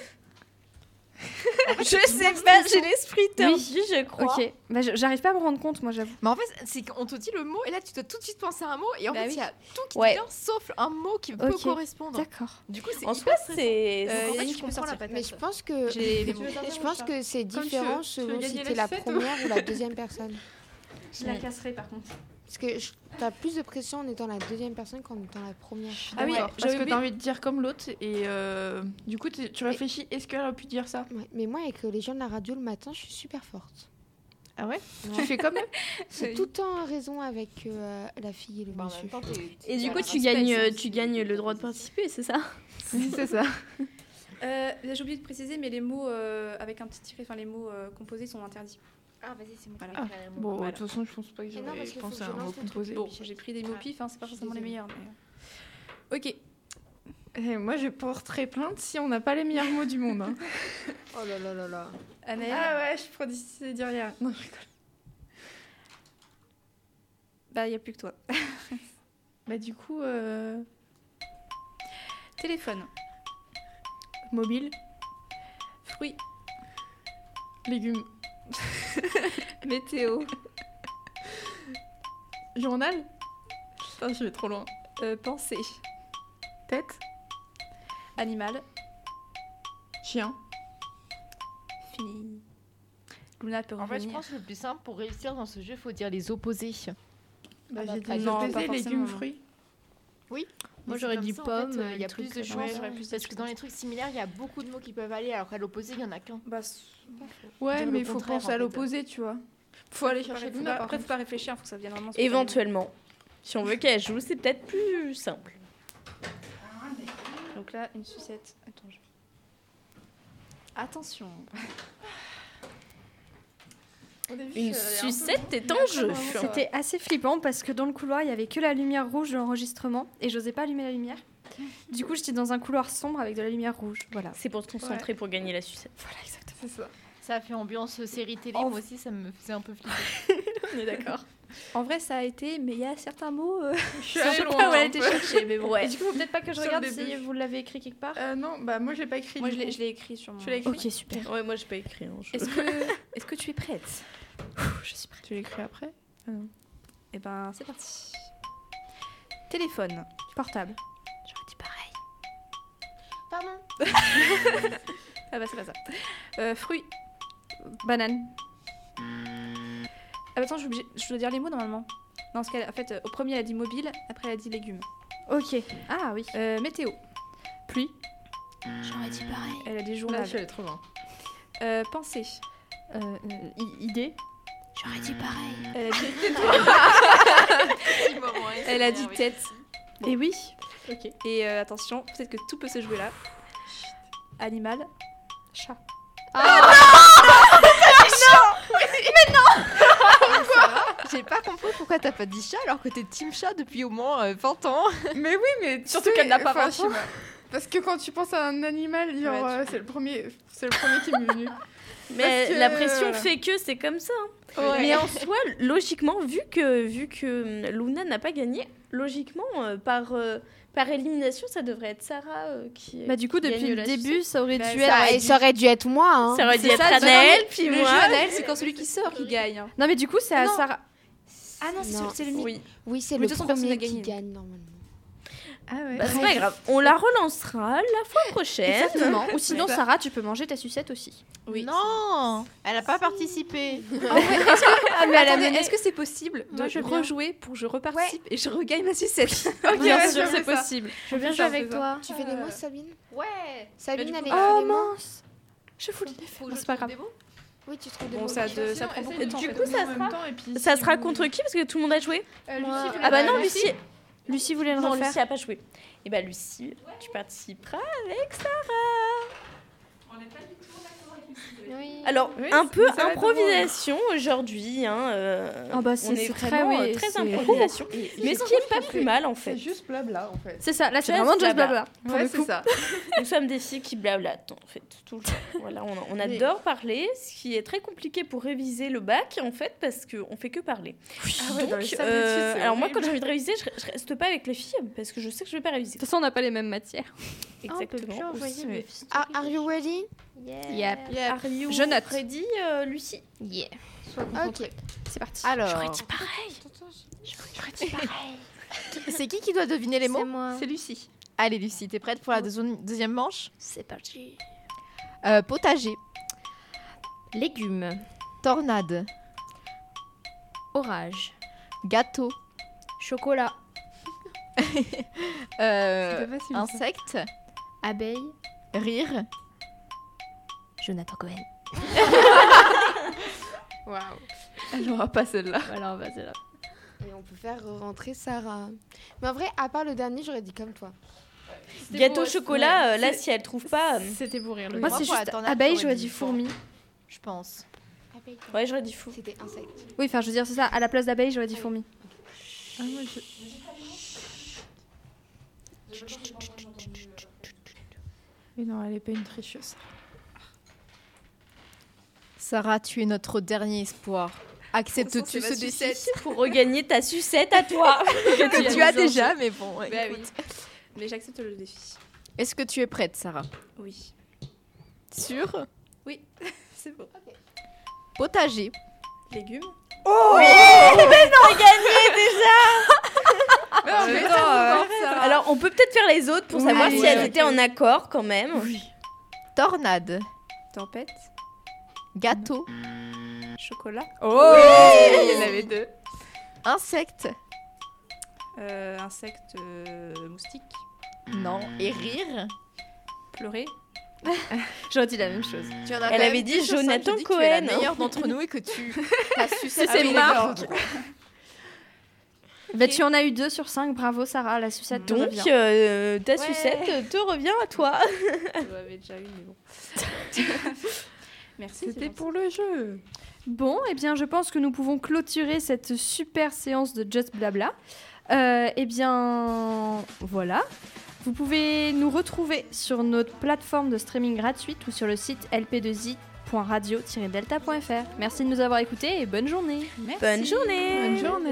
C: je sais pas, j'ai l'esprit tordu, je crois.
A: Ok, bah, je- j'arrive pas à me rendre compte, moi, j'avoue.
J: Mais en fait, c'est qu'on te dit le mot et là, tu dois tout de suite penser à un mot et en
D: Bah
J: fait, il
D: oui.
J: y a tout qui
C: Ouais.
J: te vient sauf un mot qui peut
A: Ok.
J: correspondre.
A: D'accord.
J: Du coup, c'est
C: En
J: hyper
C: soi, c'est.
D: Euh,
C: c'est-
D: Yannick,
J: je
D: tu peux
J: comprends
D: sortir.
J: la patate.
G: Mais je pense que.
D: J'ai les mots.
G: Je pense que c'est
B: Comme tu
G: différent
B: veux. Tu veux
G: selon si
B: gagner
G: t'es
B: la
G: la
B: sucette ou-
G: première ou la deuxième personne.
A: Je la casserai, par contre.
G: Parce que je- t'as plus de pression en étant la deuxième personne qu'en étant la première.
B: Ah oui,
D: Ouais,
B: parce
D: j'avais
B: que
D: oublié.
B: t'as envie de dire comme l'autre et euh, du coup t'es- tu réfléchis, est-ce qu'elle aurait pu dire ça
G: Ouais, mais moi, avec euh, les gens de la radio le matin, je suis super forte.
B: Ah ouais
G: Ouais.
B: Tu fais comme eux
G: J'ai tout le temps raison avec euh, la fille et le monsieur.
C: Et du coup, tu gagnes, euh, tu gagnes le droit de participer, c'est ça
B: C'est ça.
D: Euh, j'ai oublié de préciser, mais les mots euh, avec un petit tiret, enfin les mots euh, composés sont interdits. Ah vas-y, c'est bon. Voilà.
B: Ah, Bon, de
D: Voilà.
B: toute façon, je pense pas que
G: Mais non,
B: j'aurais
G: parce qu'il faut
B: pensé
G: que
B: à
G: je
B: un mot
G: lance le truc.
B: composé.
D: Bon, j'ai pris des mots pif, hein, c'est pas
G: je suis
D: forcément les
G: désolée.
D: meilleurs. euh. mais- Ok,
B: Et Eh, moi, je porterai plainte si on n'a pas les meilleurs mots du monde. hein.
G: Oh là là là là.
D: Anaël,
B: ah ouais, je prends d'ici dire rien. Non, je rigole.
D: bah y a plus que toi.
B: Bah du coup, euh,
D: Téléphone,
B: mobile,
D: fruits,
B: légumes,
D: météo,
B: journal. Putain, je vais trop loin.
D: euh, pensée,
B: Tête,
D: Animal.
B: Chien.
I: Ah
D: Fini. Luna peut
I: En fait, je
D: revenir.
I: pense que le plus simple pour réussir dans ce jeu, faut dire les opposés.
B: Bah,
D: bah,
B: j'ai
D: pas-
B: dit
D: non, pas
B: opposés,
D: forcément,
B: légumes,
D: non.
B: fruits.
I: Moi,
D: Mais
I: j'aurais
D: c'est
I: dit
D: comme ça, en
I: pomme,
D: fait,
I: il
D: euh,
I: y
D: les
I: a plus
D: trucs,
I: de
D: euh,
I: chances.
D: ouais, j'aurais plus de
I: parce que
D: trucs
I: dans
D: comme
I: les trucs similaires, il y a beaucoup de mots qui peuvent aller, alors qu'à l'opposé, il y en a qu'un.
D: Bah, c'est-
B: Ouais,
I: Dire le
B: mais il faut
I: contraire, en
B: penser à
I: fait.
B: l'opposé, tu vois.
D: faut aller
B: Faut
D: chercher.
B: pas-
D: Faut pas,
B: par
D: après, faut pas réfléchir, faut que ça vienne vraiment. spontanément.
C: Éventuellement. Si on veut qu'elle joue, c'est peut-être plus simple.
D: Donc là, une sucette. Attends, je- Attention. euh,
C: Une sucette est en jeu.
A: C'était
C: euh,
A: assez flippant parce que dans le couloir, il n'y avait que la lumière rouge de l'enregistrement et j'osais pas allumer la lumière. Du coup, j'étais dans un couloir sombre avec de la lumière rouge. Voilà.
C: C'est pour se concentrer pour gagner la sucette.
A: Voilà, exactement.
I: Ça a fait ambiance euh, série télé,
D: En-
I: moi aussi, ça me faisait un peu flipper.
C: On est d'accord.
D: En vrai, ça a été, mais il y a certains mots. euh,
B: Je suis
D: je
B: allée
D: sais
B: loin.
D: pas où elle
B: hein.
D: a été cherchée, mais bon.
C: Ouais.
A: Du coup, faut peut-être pas que je
B: Sur le
A: regarde
B: début.
A: si vous l'avez écrit quelque part.
B: Euh, non, bah moi j'ai pas écrit.
D: Moi,
B: du
D: je l'ai
B: coup.
D: je l'ai écrit sur mon.
B: Tu l'as écrit
A: Ok, super.
C: Ouais, moi j'ai pas écrit. hein, je-
D: Est-ce que, est-ce que tu es prête
A: Je suis prête.
B: Tu l'as écrit après
D: Eh ben, c'est parti. Téléphone.
A: Portable.
I: Pardon
D: Ah bah, c'est pas ça. Euh, fruits.
A: Banane.
D: Ah bah, attends, je, suis obligée- je dois dire les mots normalement. Non, parce qu'elle, en fait, euh, au premier, elle a dit mobile, après, elle a dit légumes.
A: Ok. Ah oui.
D: Euh, météo.
A: Pluie.
G: J'aurais dit pareil.
D: Elle a dit
J: Là,
D: journal.
J: je suis allée trop loin.
D: Euh, pensée.
A: Euh, euh, i- idée.
G: J'aurais dit pareil.
D: Elle a dit,
I: Elle
D: elle
B: Ah
D: a dit tête.
A: Et Eh oui.
D: Et euh, attention, peut-être que tout peut se jouer là. Animal. Chat.
J: J'ai pas compris pourquoi t'as pas dit chat alors que t'es team chat depuis au moins euh, 20 ans.
B: Mais oui, mais
D: Surtout qu'elle n'a pas
B: enfin,
D: d'infos.
B: je sais pas. Parce que quand tu penses à un animal, genre,
D: Ouais, tu-
B: euh, c'est le premier, c'est le premier qui m'est venu.
C: Mais
B: Parce que-
C: la pression
B: voilà.
C: fait que c'est comme ça. hein.
B: Ouais.
C: Mais en soi, logiquement, vu que, vu que hum, Luna n'a pas gagné, logiquement, euh, par, euh, par élimination, ça devrait être Sarah euh, qui.
A: Bah du coup,
C: qui gagne
A: depuis le
C: la Bah,
A: début, ça aurait dû
G: Ça
A: être.
G: aurait, ça aurait dû être moi.
C: sucette.
G: Hein.
C: Ça aurait dû
D: C'est
C: être
D: ça, c'est
C: Anaël, puis
D: le
C: moi.
D: jeu, Anaël, c'est quand celui qui sort qui gagne. hein.
A: Non mais du coup, c'est à
D: Non.
A: Sarah.
D: Ah non, c'est celui-
G: Non.
D: c'est le mi-
C: Oui.
G: Oui, c'est
D: Mais
G: le
D: de toute façon, personne
G: premier
D: n'a
G: qui
D: gagné.
G: gagne normalement.
B: Ah ouais.
C: Bah, c'est pas grave, on la relancera la fois prochaine.
A: Exactement. Ou sinon, Sarah, tu peux manger ta sucette aussi.
D: Oui.
J: Non, elle a pas participé.
D: Ah ouais, Est-ce que, attendez,
A: mais-
D: est-ce que c'est possible de
J: Moi, je veux bien.
D: rejouer pour que je reparticipe et je regagne ma sucette
B: Bien
C: Bien
B: ouais,
C: sûr,
B: sûr, je
C: c'est
B: c'est fais ça.
C: possible.
A: Je viens jouer avec toi.
G: Tu fais les mots, Sabine
I: Euh, Ouais
G: Sabine, elle
I: Mais
G: est
I: du
G: fait
I: coup- ah,
A: Oh
G: les mots
A: mince. Je vous l'ai fait.
I: Faut que
A: Bon,
I: je
A: C'est pas
I: trouve
A: grave.
I: des mots
G: Oui, tu trouves des
D: Bon,
G: mots.
D: ça, a
G: ok.
D: de- ça prend beaucoup de temps.
B: Du
D: en fait.
B: coup, ça
C: sera-
B: sera. Et puis,
C: Ça
B: si
C: sera
B: vous-
C: contre qui Parce que tout le monde a joué
B: Euh, Lucie,
I: Moi.
B: vous
C: Ah bah
B: l'avez
C: non,
B: fait.
C: Lucie
A: Lucie voulait le
C: Non,
A: refaire.
C: Lucie a pas joué. Et bah Lucie, tu participeras avec Sarah.
G: Oui.
C: Alors,
B: Oui,
C: un peu
B: ça va être
C: improvisation aujourd'hui. Hein, euh,
A: Ah bah,
C: on
A: c'est-
C: est
A: c'est
C: vraiment
A: très, oui,
C: euh, très
A: c'est-
C: improvisation. Mais ce qui est pas
B: que
C: plus mal en fait.
B: C'est juste blabla en fait.
A: C'est ça, là c'est
C: Just
A: vraiment juste
C: blabla.
A: blabla.
B: Ouais, c'est ça.
C: Nous sommes des filles qui blablatent, en fait, tout le temps. Voilà, on, on
B: Mais-
C: adore parler, ce qui est très compliqué pour réviser le bac, en fait, parce qu'on fait que parler.
B: Ah ouais, dans les
C: Donc,
B: salles
C: euh,
B: d'études, c'est
C: alors moi,
B: horrible.
C: quand j'ai envie de réviser, je, je reste pas avec les filles, parce que je sais que je vais pas réviser.
A: De toute façon, on n'a pas les mêmes matières. Ah,
C: Exactement. aussi, mais-
G: Are, Ah, are you ready
A: Yep.
B: Yeah.
C: Are you
A: Je note.
C: ready, euh, Lucie
G: Yeah. Ok.
A: C'est parti.
J: Alors,
G: Pareil.
J: c'est qui qui doit deviner les
G: C'est
J: mots
G: moi.
D: C'est Lucie.
J: Allez Lucie, t'es prête pour la deuxi- deuxième manche
G: C'est parti.
J: Euh, Potager,
G: Légumes.
J: tornade,
G: Orage.
J: gâteau,
G: Chocolat.
J: euh,
B: C'était facile, ça.
J: insecte,
G: Abeille.
J: rire,
G: Jonathan Cohen.
B: Waouh.
J: elle n'aura pas celle-là.
G: Voilà, vas-y là. Et on peut faire rentrer Sarah. Mais en vrai, à part le dernier, j'aurais dit comme toi.
C: Gâteau chocolat, euh, là, si elle trouve pas... euh,
B: C'était pour rire.
A: Moi, c'est
J: Moi, pour
A: juste
J: la tornade,
A: abeille,
J: j'aurais
A: j'aurais
J: dit
A: dit fourmi.
J: Je pense.
G: Abeille.
C: Ouais, j'aurais dit fou.
G: C'était insecte.
A: Oui, enfin, je veux dire, c'est ça. À la place d'abeille, j'aurais dit fourmi.
B: Ah, Mais non, elle est pas une tricheuse.
J: Sarah, tu es notre dernier espoir. Acceptes-tu
D: C'est ma
J: ce défi
D: sucette.
C: Pour regagner ta sucette à toi.
J: que tu as déjà, mais bon. ouais.
D: Bah oui. Mais j'accepte le défi.
J: Est-ce que tu es prête, Sarah
D: Oui.
J: Sûr
D: C'est bon.
J: Potager,
D: Légumes.
C: T'as gagné déjà
B: Mais non, mais
D: attends,
B: ça,
D: euh,
B: c'est pas vrai.
C: Alors, on on peut peut-être faire les autres pour
J: Oui,
C: savoir
J: oui,
C: si elles
J: ok.
C: étaient en accord quand même.
J: Tornade.
D: Tempête,
J: Gâteau.
D: chocolat,
J: Oh
I: Il y en avait deux.
J: Insecte.
D: euh, insecte, euh, moustique,
J: Non. Et rire.
D: pleurer.
A: J'aurais dit la même chose.
J: Tu en as
C: Elle
J: quand
C: avait
J: même
C: dit
J: deux sur cinq,
C: Jonathan
J: je dis que tu es
C: Cohen.
J: la meilleure d'entre nous et que tu Ah as su
A: c'est
J: séparer
A: Marc.
J: les genres.
A: Bah, tu en as eu 2 sur 5, bravo Sarah, la sucette te
C: Donc,
A: revient.
C: euh, ta
D: Ouais.
C: sucette te revient à toi.
D: Vous avez déjà eu, mais bon. Merci. c'est
B: C'était
D: gentil.
B: pour le jeu.
A: Bon, eh bien, je pense que nous pouvons clôturer cette super séance de Just Blabla. Euh, eh bien, voilà. Vous pouvez nous retrouver sur notre plateforme de streaming gratuite ou sur le site lp2i.radio-delta.fr. Merci de nous avoir écoutés et bonne journée.
C: Bonne journée.
B: Bonne journée.